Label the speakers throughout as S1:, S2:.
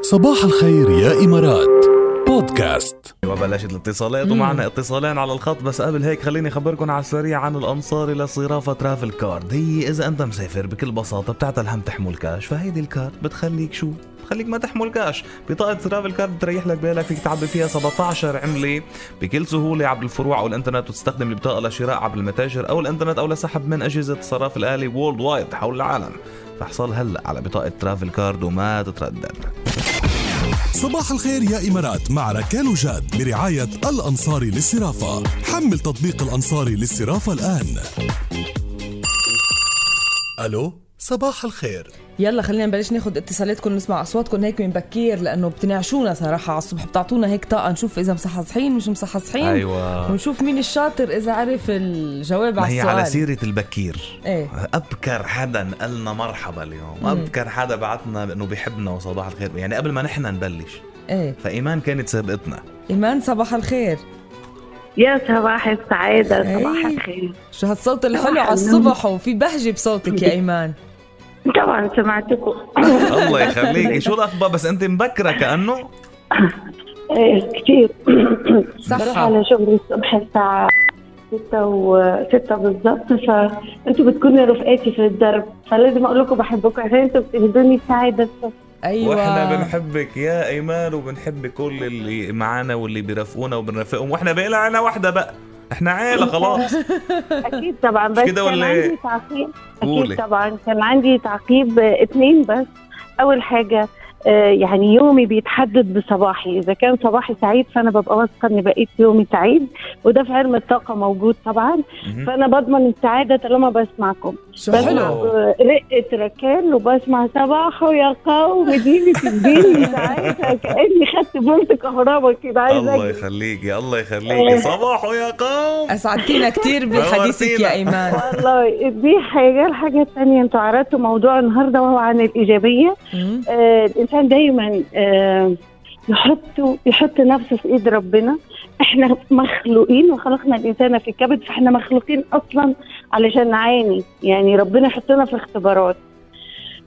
S1: صباح الخير يا إمارات بودكاست
S2: وبلشت الاتصالات ومعنا اتصالين على الخط بس قبل هيك خليني اخبركم على السريع عن الانصاري لصرافه ترافل كارد هي اذا انت مسافر بكل بساطه بتعتل هم تحمل كاش فهيدي الكارد بتخليك شو بتخليك ما تحمل كاش بطاقة ترافل كارد بتريح لك بالك فيك تعبي فيها 17 عملة بكل سهولة عبر الفروع أو الإنترنت وتستخدم البطاقة لشراء عبر المتاجر أو الإنترنت أو لسحب من أجهزة الصراف الآلي وورلد وايد حول العالم فاحصل هلأ على بطاقة ترافل كارد وما تتردد
S1: صباح الخير يا إمارات مع ركان وجاد برعاية الأنصاري للصرافة حمل تطبيق الأنصاري للصرافة الآن ألو صباح الخير
S3: يلا خلينا نبلش ناخد اتصالاتكم ونسمع اصواتكم هيك من بكير لانه بتنعشونا صراحه على الصبح بتعطونا هيك طاقه نشوف اذا مصحصحين مش مصحصحين
S2: أيوة
S3: ونشوف مين الشاطر اذا عرف الجواب
S2: ما
S3: على
S2: هي
S3: السؤال
S2: على سيرة البكير
S3: ايه
S2: ابكر حدا قالنا مرحبا اليوم ابكر حدا بعتنا انه بيحبنا وصباح الخير يعني قبل ما نحن نبلش
S3: ايه
S2: فايمان كانت سابقتنا
S3: ايمان صباح الخير
S4: يا صباح السعادة
S3: إيه.
S4: صباح الخير
S3: شو هالصوت الحلو على الصبح وفي بهجه بصوتك يا ايمان
S4: طبعا سمعتكم
S2: الله يخليكي شو الاخبار بس انت مبكره كانه
S4: إيه، كتير بروح
S3: صحة
S4: على شغلي الصبح الساعة ستة و ستة بالظبط فانتوا بتكونوا رفقاتي في الدرب فلازم اقول لكم بحبكم عشان انتوا بتهدوني السعادة الصبح
S3: ايوه
S2: واحنا بنحبك يا ايمان وبنحب كل اللي معانا واللي بيرافقونا وبنرافقهم واحنا بقى لنا عيله واحده بقى احنا عيله خلاص
S4: اكيد طبعا بس
S2: مش كده
S4: كان
S2: ولا إيه؟
S4: عندي تعقيب
S2: قولي.
S4: اكيد طبعا كان عندي تعقيب آه، اتنين بس اول حاجة آه، يعني يومي بيتحدد بصباحي اذا كان صباحي سعيد فانا ببقى واثقه ان بقيت يومي سعيد وده في علم الطاقه موجود طبعا
S2: مهم.
S4: فانا بضمن السعاده طالما بسمعكم
S3: شو
S4: بسمع
S3: حلو
S2: أوه.
S4: رقه ركان وبسمع صباح يا قوم دي بتديني سعاده كاني خدت بولت كهرباء كده عايزه
S2: الله
S4: أجري.
S2: يخليكي الله يخليكي صباح يا قوم
S3: اسعدتينا كثير بحديثك
S2: نورتينا.
S3: يا ايمان
S4: والله دي حاجه الحاجه الثانيه انتوا عرضتوا موضوع النهارده وهو عن الايجابيه
S3: مم.
S4: آه الانسان دايما آه يحط يحط نفسه في ايد ربنا احنا مخلوقين وخلقنا الانسان في كبد فاحنا مخلوقين اصلا علشان نعاني يعني ربنا يحطنا في اختبارات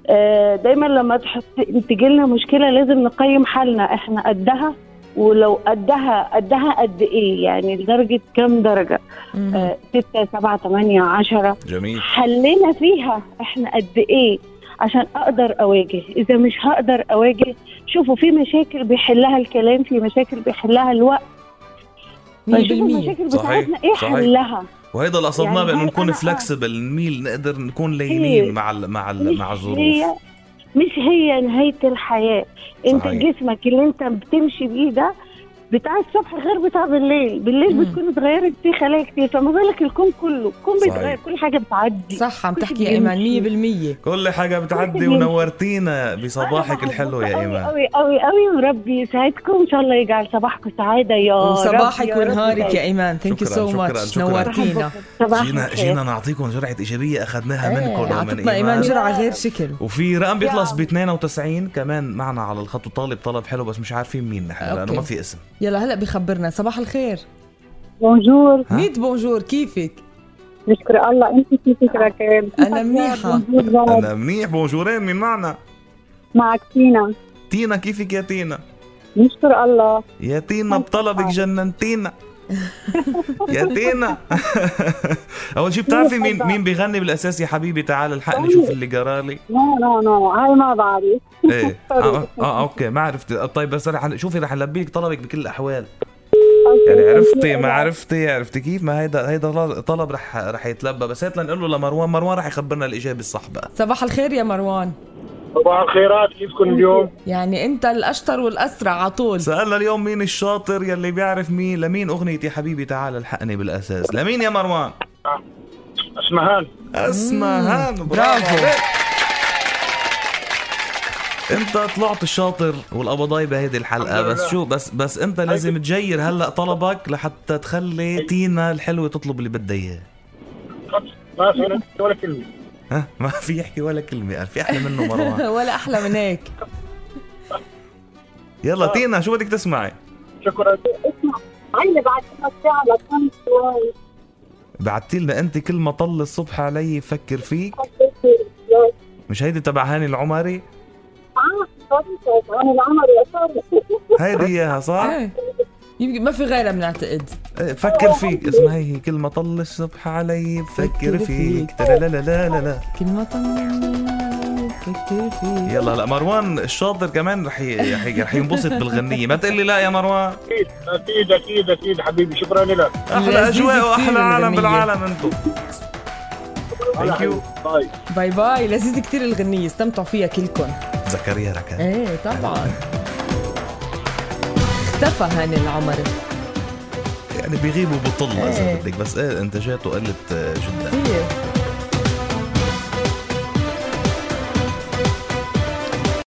S4: آه دايما لما تحط تجي لنا مشكله لازم نقيم حالنا احنا قدها ولو قدها قدها قد ايه يعني لدرجه كام درجه
S3: مم.
S4: آه 6 7 8 10
S2: جميل
S4: حلينا فيها احنا قد ايه عشان اقدر اواجه اذا مش هقدر اواجه شوفوا في مشاكل بيحلها الكلام في مشاكل بيحلها الوقت
S3: مية
S4: فشوفوا
S3: بالمية
S4: المشاكل
S2: صحيح،
S4: بتاعتنا ايه
S2: صحيح.
S4: حلها
S2: وهيدا اللي قصدناه
S4: يعني
S2: بانه
S4: هاي
S2: نكون
S4: أنا-
S2: فلكسبل نميل نقدر نكون
S4: إيه.
S2: لينين مع ال مع ال
S4: مش
S2: مع الظروف
S4: هي مش هي نهايه الحياه انت
S2: صحيح.
S4: جسمك اللي انت بتمشي بيه ده بتاع الصبح غير بتاع بالليل بالليل
S3: مم.
S4: بتكون اتغيرت فيه خلايا كتير فما بالك الكون كله الكون
S2: صحيح.
S4: بيتغير كل حاجه بتعدي
S3: صح عم
S4: كل
S3: تحكي يا
S4: شيء
S3: ايمان
S4: بيمشي.
S3: مية بالمية
S2: كل حاجة بتعدي ونورتينا
S4: أيوة،
S2: بصباحك الحلو يا إيمان
S4: قوي قوي قوي وربي يسعدكم ان شاء الله يجعل صباحكم سعاده يا آه، رب
S3: وصباحك
S4: يا رب
S3: ونهارك
S4: دايما.
S3: يا ايمان ثانك يو
S2: شكراً،
S3: سو
S2: شكراً،
S3: ماتش
S2: شكراً.
S3: نورتينا
S4: صباح
S2: جينا
S4: الخير.
S2: جينا نعطيكم جرعة إيجابية أخذناها
S3: إيه،
S2: منكم ومن
S3: عطتنا ايمان
S2: إيمان
S3: جرعه غير شكل
S2: وفي رقم بيخلص
S4: يا.
S2: ب 92 كمان معنا على الخط وطالب طلب حلو بس مش عارفين مين نحن لأنه
S3: أوكي.
S2: ما في اسم
S3: يلا هلا بخبرنا صباح الخير
S4: بونجور
S2: ها؟
S3: ميت بونجور كيفك
S4: نشكر الله انت كيفك ركاب
S3: أنا منيحة.
S4: بونجور غاد.
S2: أنا منيح بونجورين مين معنا
S4: معك تينا
S2: تينا كيفك يا تينا
S4: نشكر الله
S2: يا تينا بطلبك جننتينا يا تينا اول شيء بتعرفي مين مين بيغني بالاساس يا حبيبي تعال الحقني شوف اللي جرالي
S4: نو نو نو هاي ما بعرف
S2: ايه اه, آه اوكي ما عرفت طيب بس رح شوفي رح نلبيك طلبك بكل الاحوال يعني
S4: إيه،
S2: عرفتي
S4: طيب.
S2: ما عرفتي عرفتي كيف ما هيدا هيدا طلب رح رح يتلبى بس هات لنقول له لمروان مروان رح يخبرنا الاجابه الصح بقى
S3: صباح الخير يا مروان
S5: صباح الخيرات كيفكم اليوم؟
S3: يعني انت الاشطر والاسرع على طول
S2: سالنا اليوم مين الشاطر يلي بيعرف مين لمين اغنيه يا حبيبي تعال الحقني بالاساس لمين يا مروان
S5: اسمهان
S2: اسمع هان برافو انت طلعت الشاطر والقبضاي بهيدي الحلقه
S5: الحمد
S2: بس
S5: لله.
S2: شو بس بس انت لازم تجير هلا طلبك لحتى تخلي تينا الحلوه تطلب اللي بدها اياه
S5: ما في ولا- ولا كلمه
S2: ها ما في يحكي ولا كلمه قال في احلى منه مروان
S3: ولا احلى من هيك
S2: يلا تينا شو بدك تسمعي
S5: شكرا
S4: عيني بعد ما تعمل خمس شوي.
S2: بعتي لنا انت كل ما طل الصبح علي فكر فيك مش هيدي تبع هاني العمري
S4: آه، خالص عن العمل الأثري
S2: هيدي اياها صح؟
S3: ايه يمكن ما في غيرها بنعتقد
S2: إيه، فكر فيك اسمها هي كل ما طل الصبح علي بفكر
S3: بفكر
S2: فيك
S3: فيك.
S2: لا لا لا لا لا
S3: كلمة بفكر فيك
S2: يلا هلا مروان الشاطر كمان رح ي- رح ي- رح ينبسط بالغنيه ما تقول لي لا يا مروان
S5: اكيد اكيد اكيد اكيد حبيبي شكرا لك
S2: احلى
S3: لذيذة
S2: اجواء
S3: كتير
S2: واحلى عالم
S3: الغنية.
S2: بالعالم انتم ثانك يو
S5: باي
S3: باي باي لذيذة كتير الغنية استمتعوا فيها كلكم
S2: زكريا ركان
S3: ايه طبعا اختفى هاني العمري
S2: يعني بيغيبوا بطل اذا
S3: إيه.
S2: إيه، بدك بس ايه انتاجاته قلت آه، جدا
S3: كتير